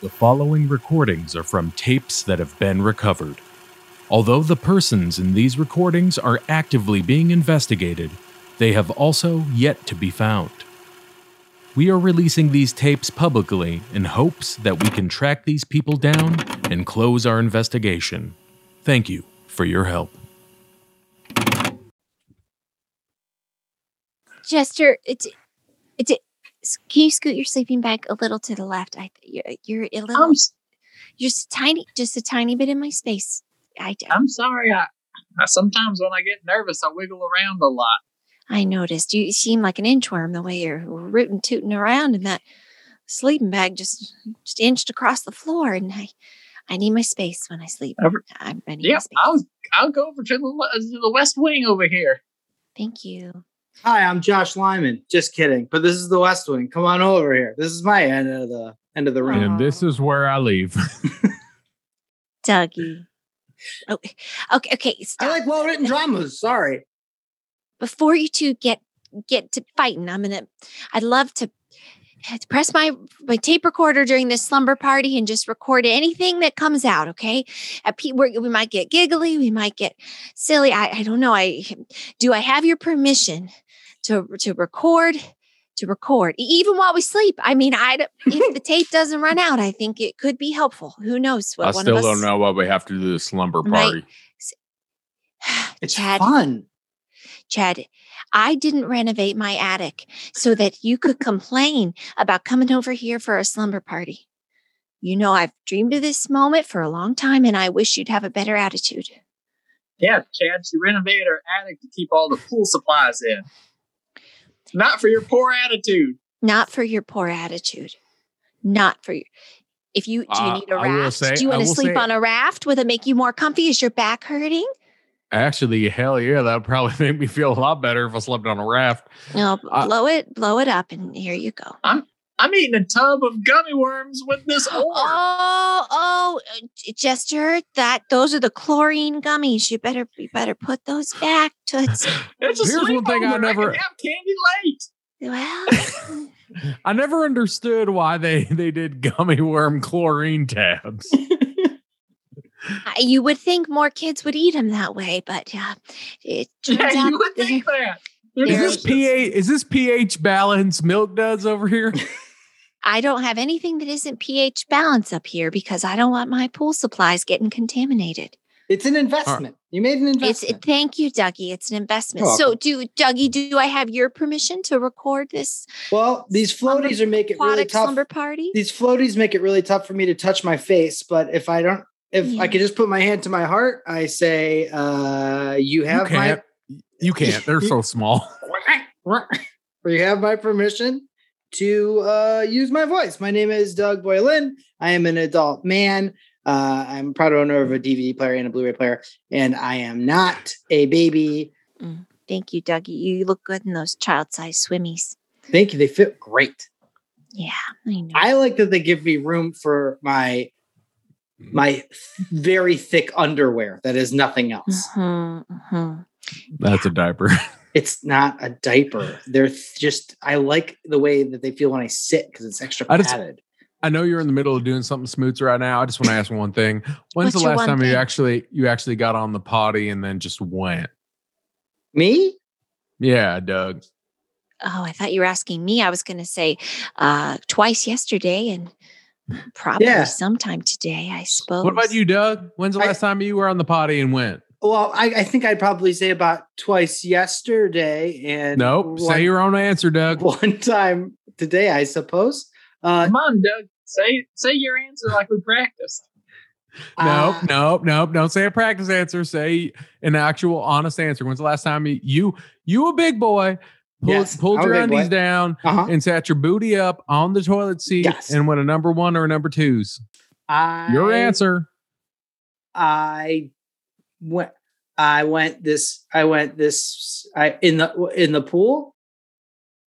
The following recordings are from tapes that have been recovered. Although the persons in these recordings are actively being investigated, they have also yet to be found. We are releasing these tapes publicly in hopes that we can track these people down and close our investigation. Thank you for your help. Jester, it's, it's, s- can you scoot your sleeping bag a little to the left? I, you're, you're a little, I'm s- you're just tiny, just a tiny bit in my space. I, I, I'm sorry. I, I sometimes when I get nervous, I wiggle around a lot. I noticed you seem like an inchworm the way you're rooting, tooting around in that sleeping bag just, just inched across the floor. And I, I need my space when I sleep. Ever- I'm I need my Yep, space. I'll I'll go over to the le- to the west wing over here. Thank you. Hi, I'm Josh Lyman. Just kidding, but this is the West Wing. Come on over here. This is my end of the end of the ring. Aw. And this is where I leave. Dougie. Oh, okay, okay. Stop. I like well written dramas. Sorry. before you two get get to fighting i'm gonna i'd love to to press my my tape recorder during this slumber party and just record anything that comes out okay At P, we we might get giggly we might get silly I, I don't know i do i have your permission to to record to record E- even while we sleep i mean i if the tape doesn't run out i think it could be helpful who knows I what one still of don't us know why we have to do the slumber Right. party. It's Chad. fun. Chad, I didn't renovate my attic so that you could complain about coming over here for a slumber party. You know, I've dreamed of this moment for a long time and I wish you'd have a better attitude. Yeah, Chad, she renovated her attic to keep all the pool supplies in. Not for your poor attitude. Not for your poor attitude. Not for your. If you do you Uh, need a I will raft? say- do you I want to will sleep say- on a raft? Will it make you more comfy? Is your back hurting? Actually, hell yeah, that would probably make me feel a lot better if I slept on a raft. No, I- blow it, blow it up, and here you go. I'm eating a tub of gummy worms with this oar. Oh, oh, uh, J- Jester, that those are the chlorine gummies. You better, you better put those back. Toots. it's a here's one thing I sleepover. can never- have candy late. Well, mm. I never understood why they they did gummy worm chlorine tabs. I- you would think more kids would eat them that way, but uh, it turns Yeah, out you would they're- think that. Is There this pH is this pH balance milk duds over here? I don't have anything that isn't pH balance up here because I don't want my pool supplies getting contaminated. It's an investment. You made an It's investment. thank you, Dougie. It's an investment. You're so, do Dougie, do I have your permission to record this well, these slumber- floaties are make it really aquatic tough. slumber party? These floaties make it really tough for me to touch my face. But if I don't, if Yeah. I could just put my hand to my heart, I say, uh, "You You have my can't. You can't. They're so small. where you have my permission to uh, use my voice. My name is Doug Boylan. I am an adult man. Uh, I'm proud owner of a DVD player and a Blu-ray player, and I am not a baby. Thank you, Dougie. You look good in those child-sized swimmies. Thank you. They fit great. Yeah, I know. I like that they give me room for my my very thick underwear that is nothing else. Mhm, Mm-hmm, mhm. That's a diaper. It's not a diaper. They're th- just. I like the way that they feel when I sit because it's extra I just- padded. I know you're in the middle of doing something smoots right now. I just want to ask one thing. When's What's the your last one time you thing? actually you actually got on the potty and then just went? Me? Yeah, Doug. Oh, I thought you were asking me. I was going to say uh, twice yesterday and probably Yeah. sometime today, I suppose. What about you, Doug? When's the I- last time you were on the potty and went? Well, I, I think I'd probably say about twice yesterday and Nope. one, Say your own answer, Doug. one time today, I suppose. Uh, Come on, Doug. Say say your answer like we practiced. Nope, uh, nope, nope. Don't say a practice answer. Say an actual honest answer. When's the last time you you, you a big boy pulled, Yes, pulled I'm a your big undies boy. down uh-huh. and sat your booty up on the toilet seat Yes. and went a number one or a number twos? I, Your answer. I went. I went this. I went this. I in the in the pool.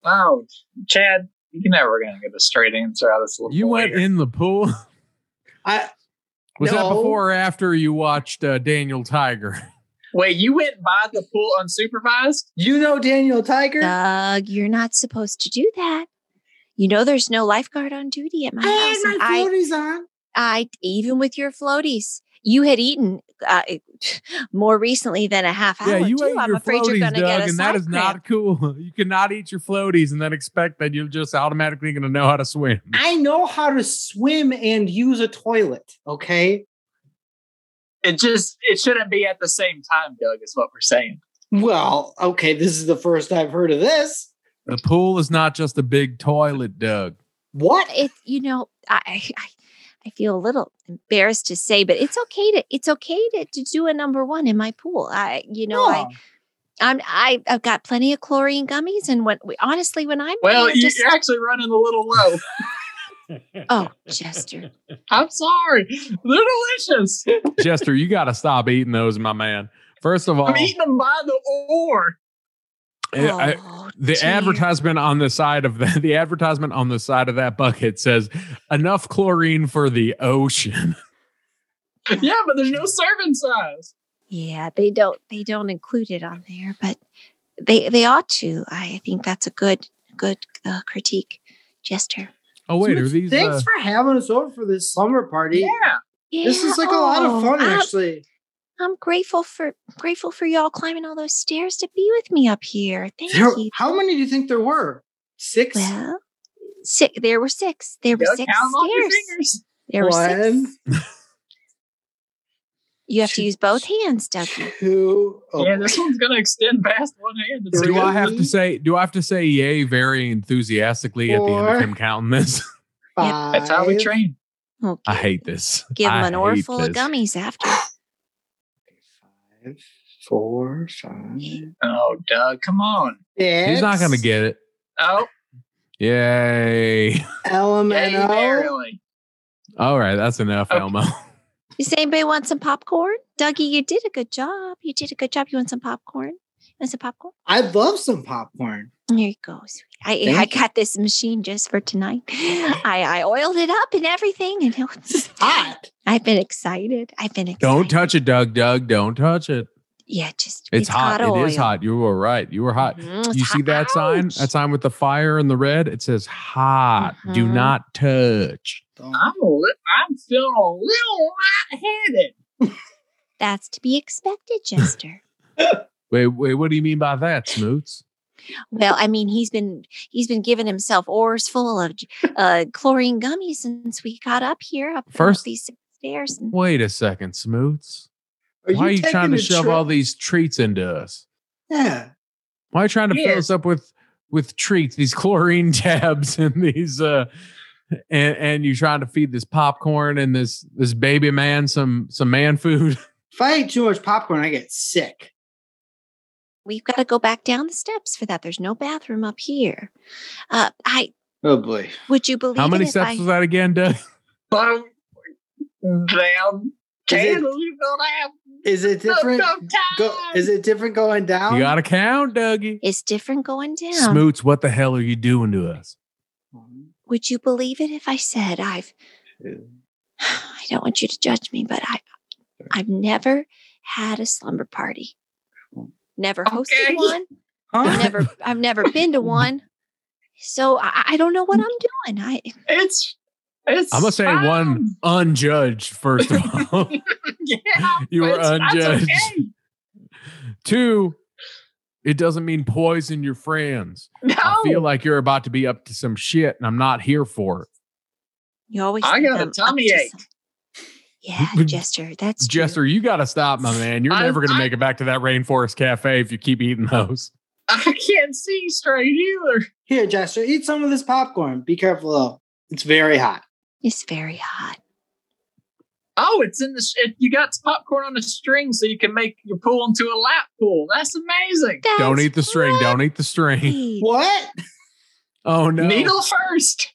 Oh, Chad, you're never gonna get a straight answer out of this little You boy went here. in the pool. I Was that No. before or after you watched uh, Daniel Tiger? Wait, you went by the pool unsupervised? you know Daniel Tiger. Doug? You're not supposed to do that. You know, there's no lifeguard on duty at my house. and I, floaties on. I even with your floaties, you had eaten uh, more recently than a half hour. Oh, Yeah, you too. ate I'm your afraid you're floaties, going to get a Doug, and that side is cramp. not cool. You cannot eat your floaties and then expect that you're just automatically going to know how to swim. I know how to swim and use a toilet. Okay. It just it shouldn't be at the same time, Doug, is what we're saying. Well, okay. This is the first I've heard of this. The pool is not just a big toilet, Doug. What? it you know I, I- I i feel a little embarrassed to say but it's okay to it's okay to, to do a number one in my pool i you know i Oh, i'm I, i've got plenty of chlorine gummies and when we, honestly when i'm Well, ready, I you, just, you're actually running a little low. oh chester I'm sorry. They're delicious. Chester, you got to stop eating those, my man. First of all, I'm eating them by the oar. I- I- oh, the dear. advertisement on the side of the, the advertisement on the side of that bucket says enough chlorine for the ocean. Yeah, but there's no serving size. yeah they don't they don't include it on there but they they ought to i think that's a good good uh, critique jester Oh wait, are Smith, these? Thanks uh, for having us over for this slumber party. Yeah. This Yeah, is like a lot oh, of fun, I'm- actually. I'm grateful for grateful for y'all climbing all those stairs to be with me up here. Thank There- you. how many do you think there were? Six. Well, six. There were six. There were Doug, count six 'em off your stairs. fingers. There were One, six. You have to two, use both hands, Dougie. two. oh, Yeah, this one's gonna extend past one hand. It's do I have Three. to say? Do I have to say yay very enthusiastically at the end of Four. him counting this? five. That's how we train. Oh, I hate this. give him I an hate oarful of this. gummies after. Five, four, five. Oh, Doug, come on. He's not gonna six, get it. Oh, Yay! yay, oh. Elemental. barely. All right, that's enough, Okay. Elmo. Does anybody want some popcorn? Dougie, you did a good job. You did a good job. You want some popcorn? You want some popcorn? I'd love some popcorn. There you go. sweetie. I, I Thank you. got this machine just for tonight. I, I oiled it up and everything. And it was, Hot. I've been excited. I've been excited. Don't touch it, Doug. Doug, don't touch it. Yeah, just It's, hot. got It is oil. hot. You were right. You were hot. Mhm, it's you see hot. that sign? Ouch. That sign with the fire and the red? It says hot. Do Mhm. not touch. I'm a li- I'm feeling a little lightheaded. That's to be expected, Jester. Wait, wait, what do you mean by that, Smoots? well, I mean, he's been he's been giving himself oars full of uh, chlorine gummies since we got up here up, up First- these stairs. And Wait a second, Smoots. Why are you trying to shove all these treats into us? Yeah. Why are you trying to fill Yes. us up with with treats, these chlorine tabs and these uh and, and you trying to feed this popcorn and this this baby man some some man food? If I eat too much popcorn, I get sick. we've got to go back down the steps for that. There's no bathroom up here. Uh, I Oh boy. would you believe How many it if steps I- was that again, Doug? But damn, it- can you don't have Is it different? enough time? Go, is it different going down? Um, You gotta count, Dougie. it's different going down. Smoots, what the hell are you doing to us? One, Would you believe it if I said I've two. I don't want you to judge me, but I I've never had a slumber party. Hmm. Never hosted Okay. one. I've Huh? never I've never been Hmm. to one. So I, I don't know what I'm doing. I it's it's. I'm gonna say fine. one unjudged, first of all. Yeah, You were it's- that's unjudged. okay. Two, it doesn't mean poison your friends. No, I feel like you're about to be up to some shit and I'm not here for it. you always I think got a I'm up to tummy ache. some- Yeah, Would- Jester. That's true. Jester, you gotta stop, my man. You're I- never gonna I- make it back to that rainforest cafe if you keep eating those. I can't see straight either. Here, Jester, eat some of this popcorn. Be careful though. It's very hot. It's very hot. Oh, it's in the. Sh- it, you got popcorn on a string, so you can make your pool into a lap pool. That's amazing. Don't That's eat the string. Don't eat the string. great. What? Oh no. Needle first.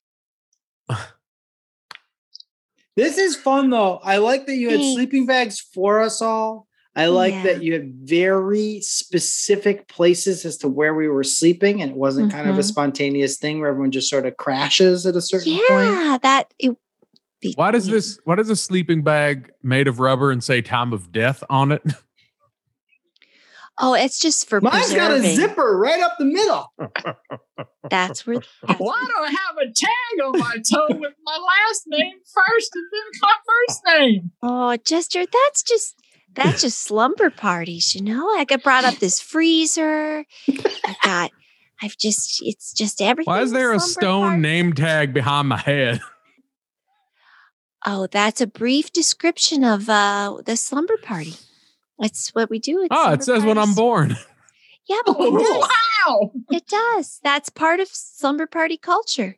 This is fun though. I like that you had Thanks. sleeping bags for us all. I like Yeah. that you had very specific places as to where we were sleeping, and it wasn't kind of a Mhm. spontaneous thing where everyone just sort of crashes at a certain point. Yeah, that it be- Why does this why does a sleeping bag made of rubber and say time of death on it? Oh, it's just for Mine's got a preserving. zipper right up the middle. That's where. that's- Why do I have a tag on my toe with my last name first and then my first name? Oh, Jester, that's just that's just slumber parties, you know. Like I brought up this freezer. I got. I've just. It's just everything. Why is there a slumber stone party. name tag behind my head? Oh, that's a brief description of uh the slumber party. That's what we do. at Oh, it slumber says when I'm parties. born. Yeah, but it does. wow! It does. That's part of slumber party culture.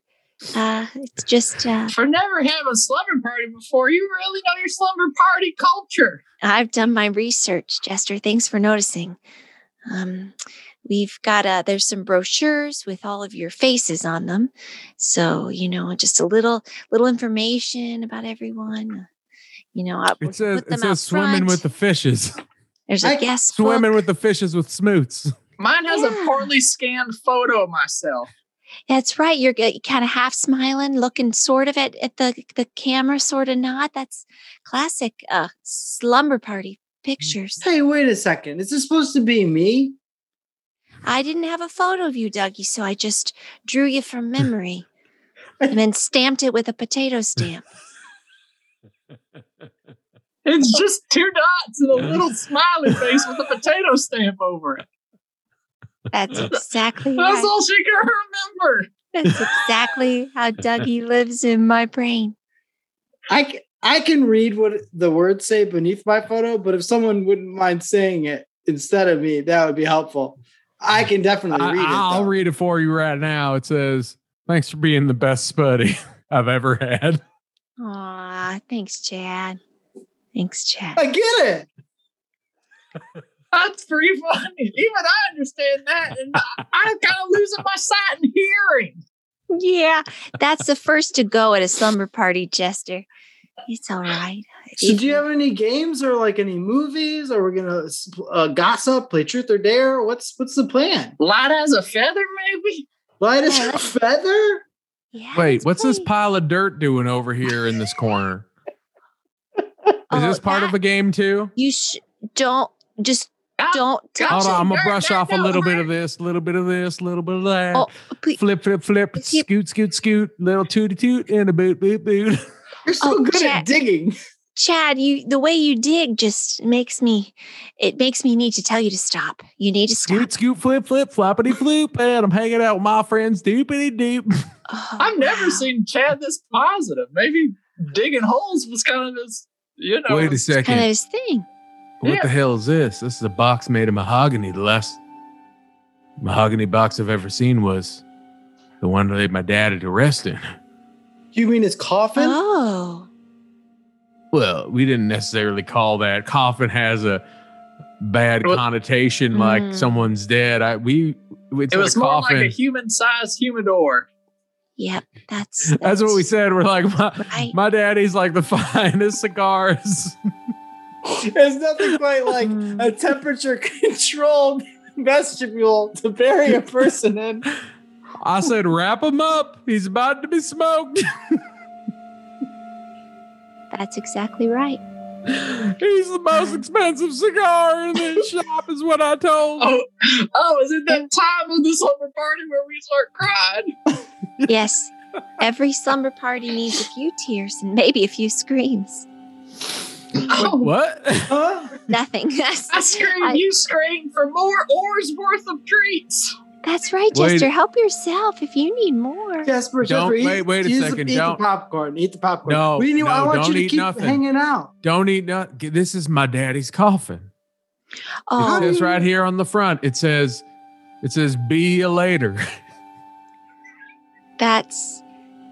Uh, it's just uh, For never having a slumber party before, you really know your slumber party culture. I've done my research, Jester. Thanks for noticing. Um, we've got uh, there's some brochures with all of your faces on them, so you know just a little little information about everyone. uh, You know, I It says put them it says out swimming front. with the fishes. there's a I- guest Swimming book. with the fishes with smoots. Mine has Yeah. a poorly scanned photo of myself. That's right. You're kind of half smiling, looking sort of at, at the the camera, sort of not. That's classic uh, slumber party Mm. pictures. Hey, wait a second. Is this supposed to be me? I didn't have a photo of you, Dougie, so I just drew you from memory and then stamped it with a potato stamp. It's just two dots and a little smiley face with a potato stamp over it. That's exactly That's right. all she can remember. That's exactly how Dougie lives in my brain. I c- I can read what the words say beneath my photo, but if someone wouldn't mind saying it instead of me, that would be helpful. I can definitely read it. I, will though. read it for you right now. It says, "Thanks for being the best buddy I've ever had." Aw, thanks, Chad. Thanks, Chad. I get it. That's pretty funny. Even I understand that. And I- I'm kind of losing my sight and hearing. Yeah, that's the first to go at a slumber party, Jester. It's all right. So, do you have any games or like any movies? Are we gonna uh, gossip, play truth or dare? What's what's the plan? Light as a feather, maybe? Light as Yeah, a let's- feather. Yeah, Wait, let's what's this play. pile of dirt doing over here in this corner? Is this Oh, part that- of a game too? You sh- don't just Ah, don't touch Hold on, I'm it. gonna dirt, brush dirt off a don't little bit hurt. of this, little bit of this, little bit of that. Oh, please- flip, flip, flip, If you- scoot, scoot, scoot, little tooty toot, and a boot, boot, boot. You're so Oh, good Jack. at digging. Chad, you the way you dig just makes me it makes me need to tell you to stop. You need to stop. Scoot, scoot, flip, flip, floppity floop, and I'm hanging out with my friends, doopity doop. Oh, I've never wow. seen Chad this positive. Maybe digging holes was kind of this, you know. Wait a it's- second. kind of his thing. What Yeah. the hell is this? This is a box made of mahogany. The last mahogany box I've ever seen was the one that my dad had arrested. You mean his coffin? Oh. Well, we didn't necessarily call that. Coffin has a bad Well- connotation, like Mm. someone's dead. I we it's It was a more coffin. like a human sized humidor. Yep. That's That's what we said. We're like my, Right. my daddy's like the finest cigars. There's nothing quite like Mm. a temperature controlled vestibule to bury a person in. I said, wrap him up. He's about to be smoked. That's exactly right. He's the most expensive cigar in the shop, is what I told. him. Oh, oh, is it that time of the slumber party where we start crying? Yes. Every slumber party needs a few tears and maybe a few screams. Oh, What? Huh? Nothing. That's, I scream, I- you scream for more oars worth of treats. that's right, Wait. Jester. Help yourself if you need more. Jasper, Don't- Jasper, eat- wait- wait a eat the- second, Eat don't- the popcorn. Eat the popcorn. No, we need, I no, want don't you to eat keep nothing. hanging out. Don't eat. No, this is my daddy's coffin. It Oh, says right here on the front. It says, it says, be a later. that's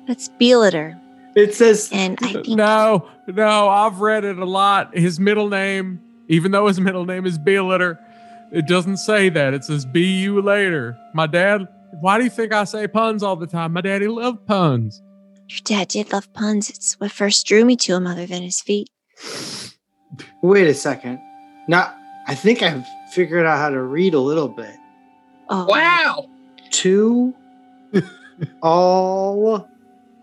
that's Beeliter. It says And I Uh, think No, no, I've read it a lot. His middle name, even though his middle name is Beelitter, it doesn't say that. It says be you later. My dad, why do you think I say puns all the time? My daddy loved puns. Your dad did love puns. It's what first drew me to him, other than his feet. wait a second. Now I think I've figured out how to read a little bit. Oh, Wow. To all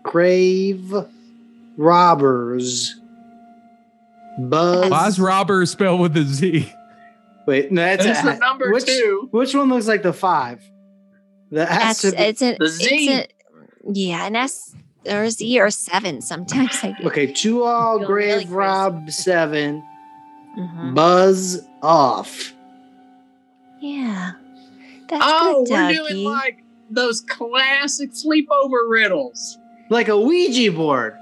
grave robbers. Buzz Why is robber spelled with a Z? Wait, no, that's It's a, the number which, two. Which one looks like the five? The That's has to be- it's a, The Z. It's a, yeah, an S or a Z or a seven sometimes. I get. okay. Two all Feeling really grave crazy. rob seven. Mhm. Buzz off. Yeah, that's Oh, good, we're Dougie. doing like those classic sleepover riddles. Like a Ouija board.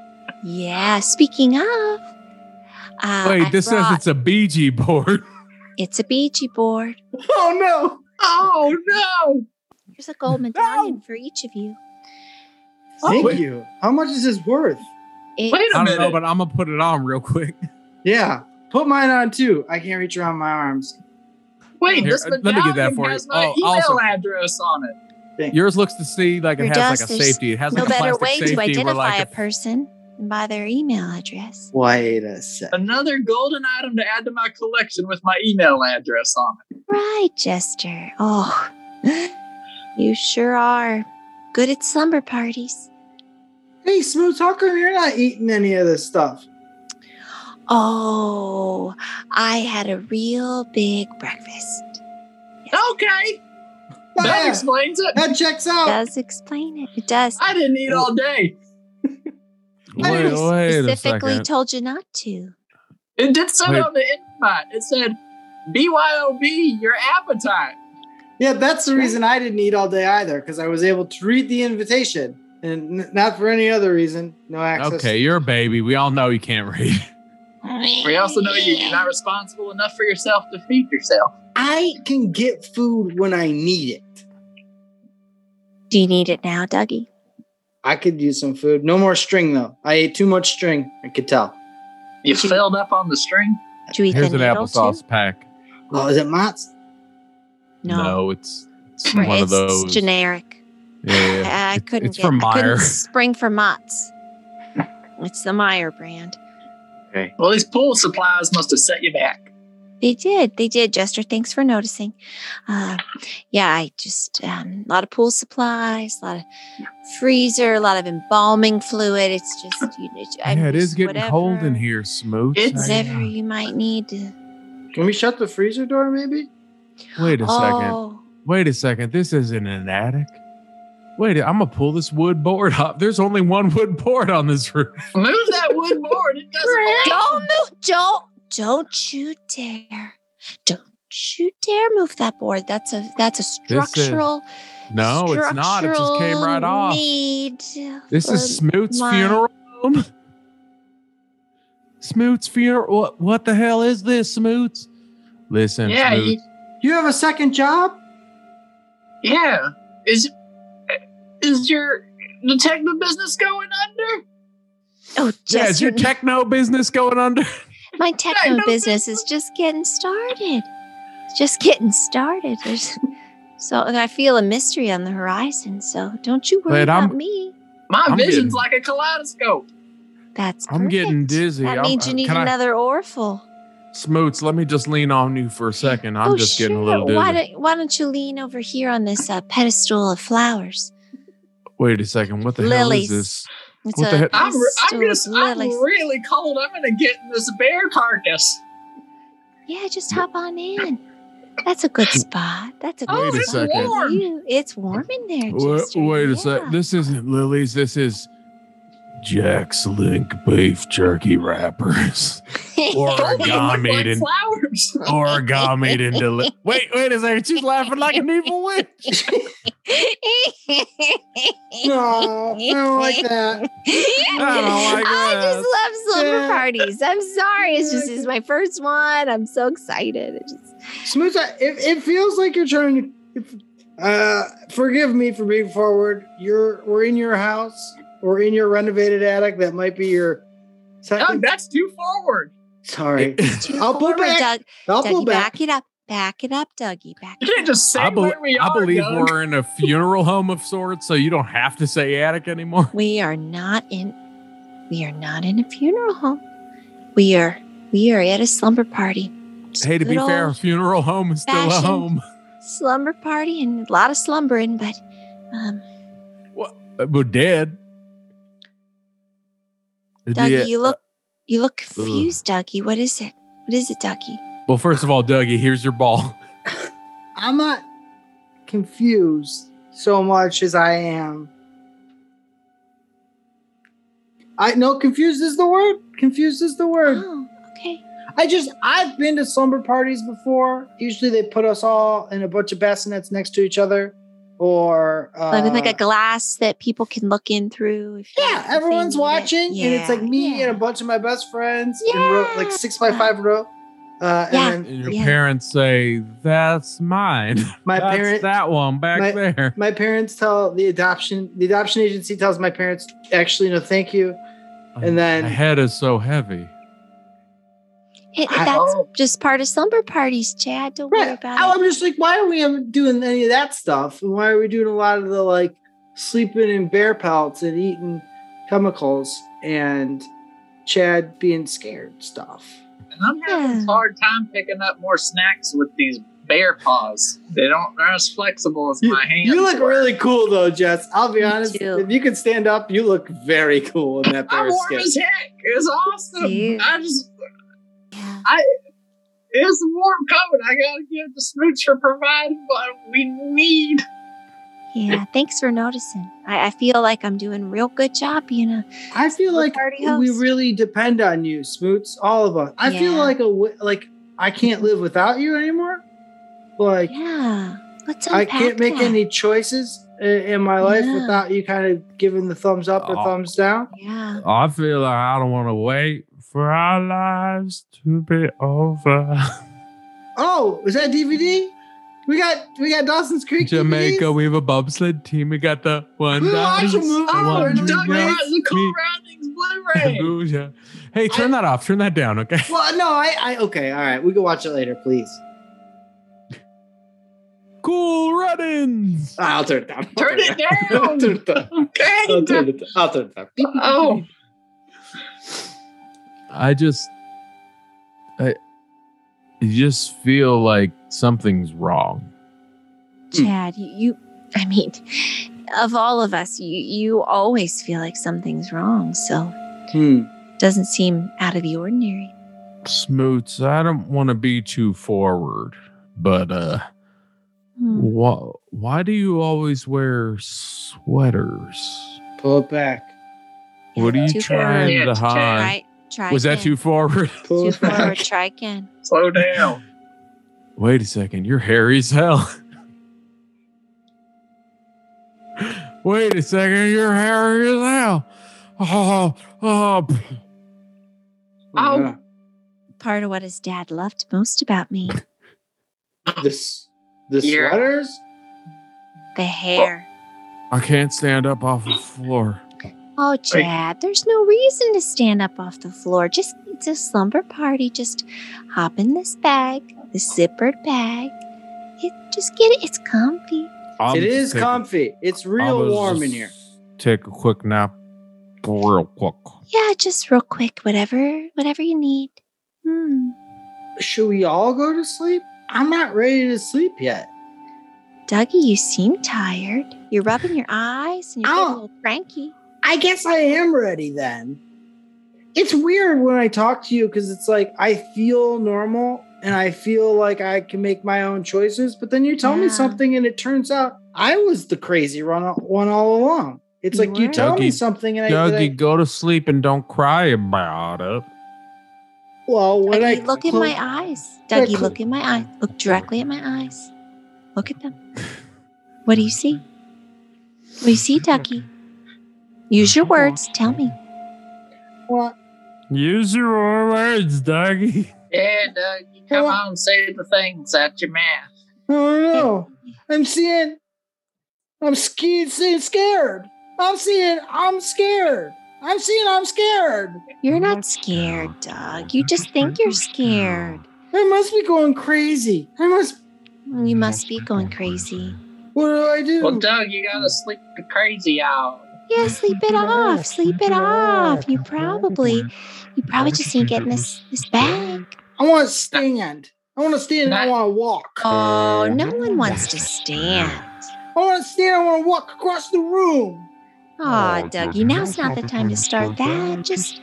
yeah. Speaking of, uh, Wait, I this says brought- it's a BG board. it's a Ouija board. Oh no! Oh no! Here's a gold medallion for each of you. Thank wait. you. How much is this worth? It- Wait a I don't know, minute. but I'm gonna put it on real quick. Yeah. Put mine on too. I can't reach around my arms. Wait, Here, this let me get that medallion for you. has my Oh, email also- address on it. Yours looks to see like it Your has like dust a is safety. It has no like a better plastic way to safety identify where like a person than by their email address. Wait a sec. Another golden item to add to my collection with my email address on it. Right, Jester. Oh, you sure are good at slumber parties. Hey, Smooth, how come you're not eating any of this stuff? Oh, I had a real big breakfast. Okay, that Yeah, explains it. Ah, that checks out. does explain it. It does. I didn't eat all day. wait, wait a specifically second. told you not to. It did say Wait. on the invite. It said, "BYOB, your appetite." Yeah, that's the reason I didn't eat all day either, because I was able to read the invitation and n- not for any other reason. No access. okay, you're a baby. We all know you can't read. We also know you're not responsible enough for yourself to feed yourself. I can get food when I need it. Do you need it now, Dougie? I could use some food. No more string though. I ate too much string. I could tell. You filled up on the string. Do you eat Here's the an needle applesauce too? pack. Oh, is it Mott's? No, it's, it's Right, one it's of those. generic. Yeah, yeah. I, I It- couldn't It's get. from I couldn't Meyer. spring for Mott's. It's the Meyer brand. Well, these pool supplies must have set you back. They did. They did, Jester. Thanks for noticing. Uh, yeah, I just um, a lot of pool supplies, a lot of freezer, a lot of embalming fluid. It's just you. I Yeah, it is just getting cold in whatever- here, Smooch. It's- I- Whatever you might need. To, Can we shut the freezer door maybe? Wait a second. oh, Wait a second. This isn't an attic. Wait, I'm gonna pull this wood board up. There's only one wood board on this roof. Move that wood board. It doesn't. don't move! Don't don't you dare! Don't you dare move that board. That's a that's a This is- structural. No, it's not. It just came right structural off. Need. This for is Smoot's my- funeral home. Smoot's funeral. What, what the hell is this, Smoots? Listen, Yeah, Smoot, you, You have a second job? yeah. Is is your detective business going under? Oh, yeah, is Jester, your techno business going under? My techno no, business is just getting started. It's just getting started. There's, so and I feel a mystery on the horizon. So don't you worry Wait, I'm- about me. My I'm getting- vision's like a kaleidoscope. That's perfect. I'm getting dizzy. That I'm- means uh, you need can I- another Orful. Smoots, let me just lean on you for a second. I'm oh, just sure. getting a little dizzy. Why don't Why don't you lean over here on this uh, pedestal of flowers? Wait a second. What the Lilies. hell is It's What the a heck? I'm, re- I'm, pedestal gonna, with I'm lilies. really cold. I'm gonna get in this bear carcass. yeah, just hop on in. That's a good spot. That's a good Oh, Wait a it's spot. second. for warm. you. It's warm in there. this? Wait, Jester. wait a Yeah. sec. This isn't lilies. This is Jack's Link Beef Jerky Wrappers. Oh They look Origami. like and flowers. origami and deli- Wait, wait a second. She's laughing like an evil witch. No, I don't like that. like I that. just love slumber Yeah. parties. I'm sorry. It's just it's my first one. I'm so excited. It just Smooth, I- it, it feels like you're trying to. If, uh, forgive me for being forward. You're we're in your house. We're in your renovated attic. That might be your. No, Second, that's too forward. sorry, too I'll pull forward, back. Doug, I'll Dougie, pull back. back it up. Back it up, Dougie. Back You it up. can't just say I, bel- where we I are. believe Doug. we're in a funeral home of sorts, so you don't have to say attic anymore. We are not in we are not in a funeral home. We are we are at a slumber party. Just Hey, to be good fair, a old funeral home is still a fashioned- home. Slumber party and a lot of slumbering, but um Uh, We're dead. Dougie, Yeah. uh, you look you look confused, Dougie. What is it? What is it, Dougie? uh, Well, first of all, Dougie, here's your ball. I'm not confused so much as I am. I no confused is the word. Confused is the word. Oh, okay. I just I've been to slumber parties before. Usually they put us all in a bunch of bassinets next to each other, or uh, like with like a glass that people can look in through. if- yeah, if they everyone's need it. watching, and it's like me yeah. and a bunch of my best friends in row, like six by five row. Uh, Yeah. And then And your Yeah. parents say, That's mine. my That's parents, that one back my- there. my parents tell the adoption, the adoption agency tells my parents, actually, no, thank you. and then- my head is so heavy. It- I- that's oh. just part of slumber parties, Chad. Don't worry Right. about I- it. I'm just like, why are we doing any of that stuff? And why are we doing a lot of the like sleeping in bear pelts and eating chemicals and Chad being scared stuff? And I'm having Yeah. a hard time picking up more snacks with these bear paws. They don't they're as flexible as my hands. You look were. really cool though, Jess. I'll be Me honest. too. If you could stand up, you look very cool in that I'm bear warm skin. as heck. It's awesome. Cute. I just Yeah. it's a warm coat. I gotta give the smooch for providing what we need. Yeah. Thanks for noticing. I, I feel like I'm doing a real good job being a I feel We're like party we hosts. really depend on you, Smoots. All of us. I feel Yeah. like a w- like I can't live without you anymore. Like yeah. Let's I unpack can't make that. any choices i- in my life Yeah. without you kind of giving the thumbs up or Oh. thumbs down. Yeah. I feel like I don't want to wait for our lives to be over. Oh, is that DVD? We got we got Dawson's Creek. Jamaica, DVDs. we have a bobsled team. We got the one We watch a dance, movie. one Oh, Wonder Doug dance, Ryan, the me- Cool Roundings Blu-ray. Hallelujah. Hey, turn that off. Turn that down, okay? Well, no, I, I okay, all right. We can watch it later, please. Cool run-ins. Ah, I'll turn it down. Turn it I'll turn down. it down. I'll okay. turn it down. I'll turn it down. Oh. I just, I, I just feel like something's wrong. Hmm. Chad, you, you I mean, of all of us, you, you always feel like something's wrong. So Hmm. doesn't seem out of the ordinary. Smoots, I don't want to be too forward, but uh, Hmm. why why do you always wear sweaters? Pull it back. What are you Too trying forward. to Yeah, hide? Try, try Was that again. too forward? Pull too it back. forward? Try again. Slow down. Wait a second, you're hairy as hell. Wait a second, you're hairy as hell. Oh, oh, p- Oh, Oh. Part of what his dad loved most about me, no. This the Yeah. sweaters? the hair. I can't stand up off the floor. Oh, Chad, there's no reason to stand up off the floor. Just it's a slumber party. Just hop in this bag, this zippered bag. It just get it. It's comfy. I'm it is take- comfy. It's real I'ma warm in just here. Take a quick nap, real quick. Yeah, just real quick, whatever, whatever you need. Hmm. Should we all go to sleep? I'm not ready to sleep yet. Dougie, you seem tired. You're rubbing your eyes and you're getting Ow. a little cranky. I guess I am ready then. It's weird when I talk to you because it's like I feel normal and I feel like I can make my own choices, but then you tell me Yeah. something and it turns out I was the crazy run- one all along. It's You like you were. tell me Dougie- something and I, that Dougie, I go to sleep and don't cry about it. well, when I Dougie, look in clo- my eyes. Dougie, clo- look in my eyes. Look directly at my eyes. Look at them. What do you see? What do you see, Dougie? Use your words. Tell me. Well, Use your words, Dougie. Yeah, Doug, you come Hello. on, say the things out your mouth. I don't know. I'm seeing. I'm ski- seeing scared. I'm seeing. I'm scared. I'm seeing. I'm scared. You're not scared, Doug. You just think you're scared. I must be going crazy. I must. You must be going crazy. What do I do? Well, Doug, you gotta sleep the crazy out. Yeah, sleep it off. Sleep it off. You probably, you probably just need to get in this this bag. I want to stand. I want to stand. I Not- want to walk. Oh, no one wants to stand. I want to stand. I want to walk across the room. Oh, Dougie, now's not the time to start that. Just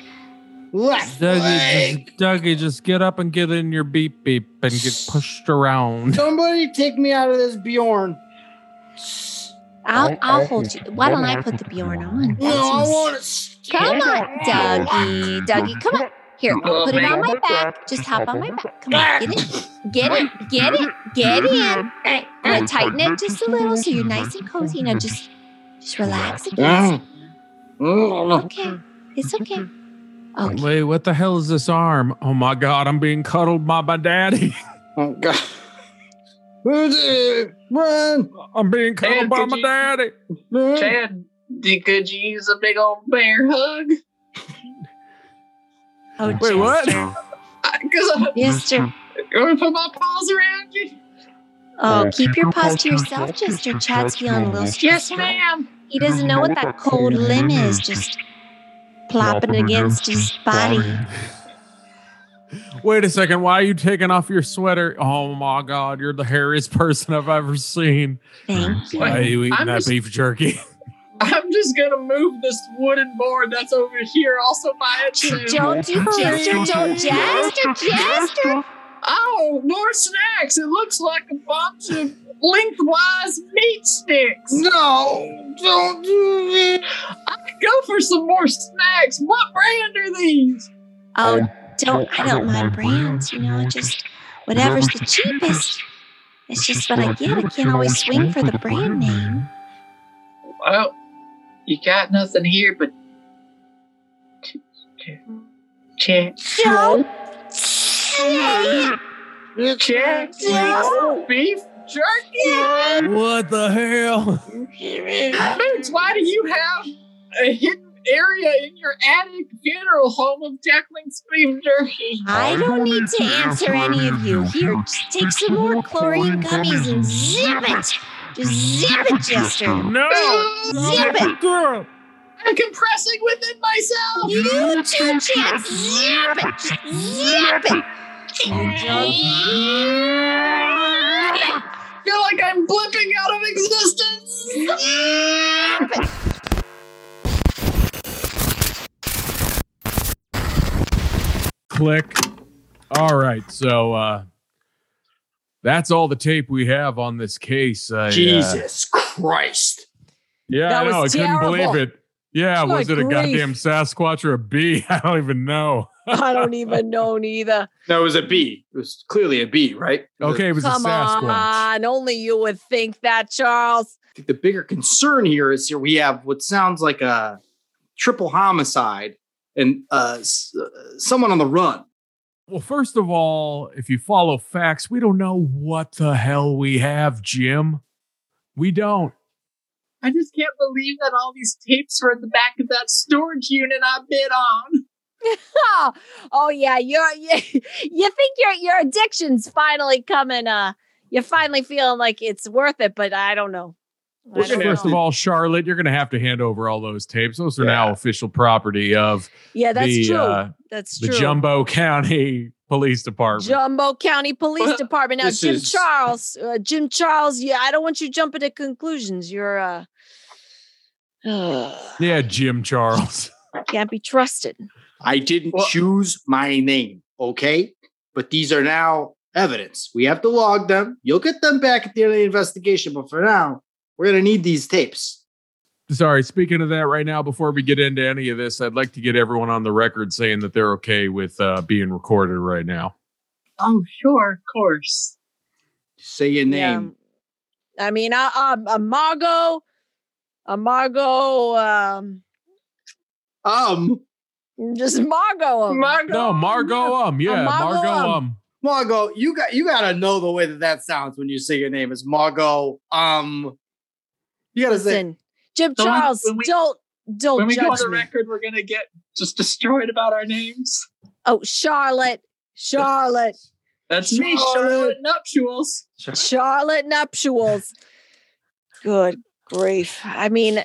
Left Dougie leg. just, Dougie, just get up and get in your beep beep and get pushed around. Somebody take me out of this Bjorn. I'll Right, I'll right. hold you. Why don't I put the Bjorn on? No, I want to. Come on, Dougie. Dougie, come on. Here, I'll put it on my back. Just hop on my back. Come on, get in. Get in. Get in. Get in. I'm gonna tighten it just a little so you're nice and cozy. Now just just relax and Oh. Oh. okay. It's okay. Okay. Wait, what the hell is this arm? Oh my god, I'm being cuddled by my daddy. Oh god. Who's it? Run! I'm being cuddled Dad, by could my you- daddy. Run. Chad, did, could you use a big old bear hug? Oh, Wait, what? Because I'm Mister. going to put my paws around you. Oh, keep your paws to yourself, Jester. Chad's feeling a little Yes, stressed. out. ma'am. He doesn't know what that cold limb is. Just plopping against his body. Wait a second, why are you taking off your sweater? Oh my god, you're the hairiest person I've ever seen. Thank you. Why are you eating I'm that just- beef jerky? I'm just going to move this wooden board that's over here also by itself. Don't do Jester, don't Jester, Jester. Oh, more snacks. It looks like a bunch of lengthwise meat sticks. No! Don't do this! I could go for some more snacks. What brand are these? Oh, don't, I don't mind brands, you know, just whatever's the cheapest. It's just what I get. I can't always swing for the brand name. Well, you got nothing here but. Chad. Don't. Chad. No. Beef jerky. What the hell? Boots, why do you have a hidden area in your attic funeral home of Declan's beef jerky? I don't need to answer any of you. Here, just take some more chlorine gummies and zip it. Just zip it, Jester. No! Zip it. Girl! I'm compressing within myself. You too, Chad. Zip it. Zip it. I feel like I'm blipping out of existence. Click. All right, so uh that's all the tape we have on this case. I, uh, Jesus Christ. Yeah, That I know. was I couldn't terrible. believe it. Yeah, My was it a grief. goddamn Sasquatch or a bee? I don't even know. I don't even know neither. No, it was a B. It was clearly a B, right? Okay, it was Come a Sasquatch. on. Only you would think that, Charles. I think the bigger concern here is here we have what sounds like a triple homicide and uh, s- uh, someone on the run. Well, first of all, if you follow facts, we don't know what the hell we have, Jim. We don't. I just can't believe that all these tapes were in the back of that storage unit I bid on. Oh, oh yeah, you're you, you think your your addiction's finally coming. Uh, you're finally feeling like it's worth it, but I don't know. I We're don't gonna- First know. of all, Charlotte, you're going to have to hand over all those tapes. Those are now Yeah. official property of yeah, that's the true. uh, that's the true. Jumbo County Police Department. Jumbo County Police Well, Department. Now, this Jim is- Charles, uh, Jim Charles, yeah, I don't want you jumping to conclusions. You're uh, uh yeah, Jim Charles. can't be trusted. I didn't Well- choose my name, okay? But these are now evidence. We have to log them. You'll get them back at the end of the investigation, but for now, we're going to need these tapes. Sorry, speaking of that right now, before we get into any of this, I'd like to get everyone on the record saying that they're okay with uh, being recorded right now. Oh, sure, of course. Say your name. Yeah. I mean, I, um, a Margot, a Margot, um, Um, just Margot. um, Margo. No, Margot Um. Yeah, Margot Margot Um. Um. Margot, you got you got to know the way that that sounds when you say your name is Margot. Um, you got to say Listen, Jim So when- Charles, when we- don't don't When we judge go on the me. record, we're going to get just destroyed about our names. Oh, Charlotte, Charlotte, That's me, Charlotte. Charlotte Nuptials. Charlotte nuptials. Good grief! I mean,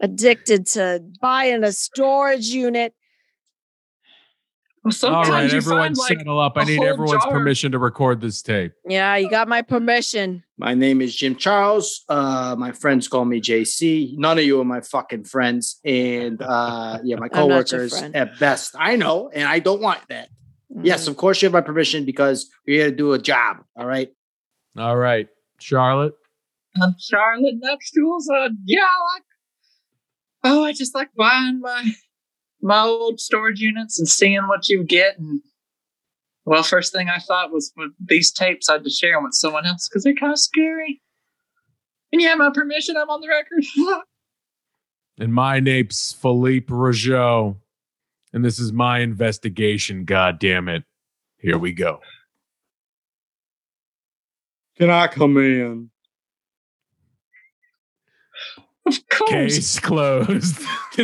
addicted to buying a storage unit. Sometimes All right, you everyone find like settle up. I a need whole everyone's jar. permission to record this tape. Yeah, you got my permission. My name is Jim Charles. Uh, my friends call me JC. None of you are my fucking friends, and uh, yeah, my I'm not your coworkers friend. Mm-hmm. at best. I know, and I don't want that. Yes, of course you have my permission because we're here to do a job. All right. All right, Charlotte. I'm Um, Charlotte Nuptials. Uh, yeah, I like. Oh, I just like buying my my old storage units and seeing what you get. And well, first thing I thought was with these tapes, I had to share them with someone else because they're kind of scary. And you have my permission. I'm on the record. And my name's Philippe Rougeau. And this is my investigation, god damn it. Here we go. Can I come in? of course. Oh, Case closed.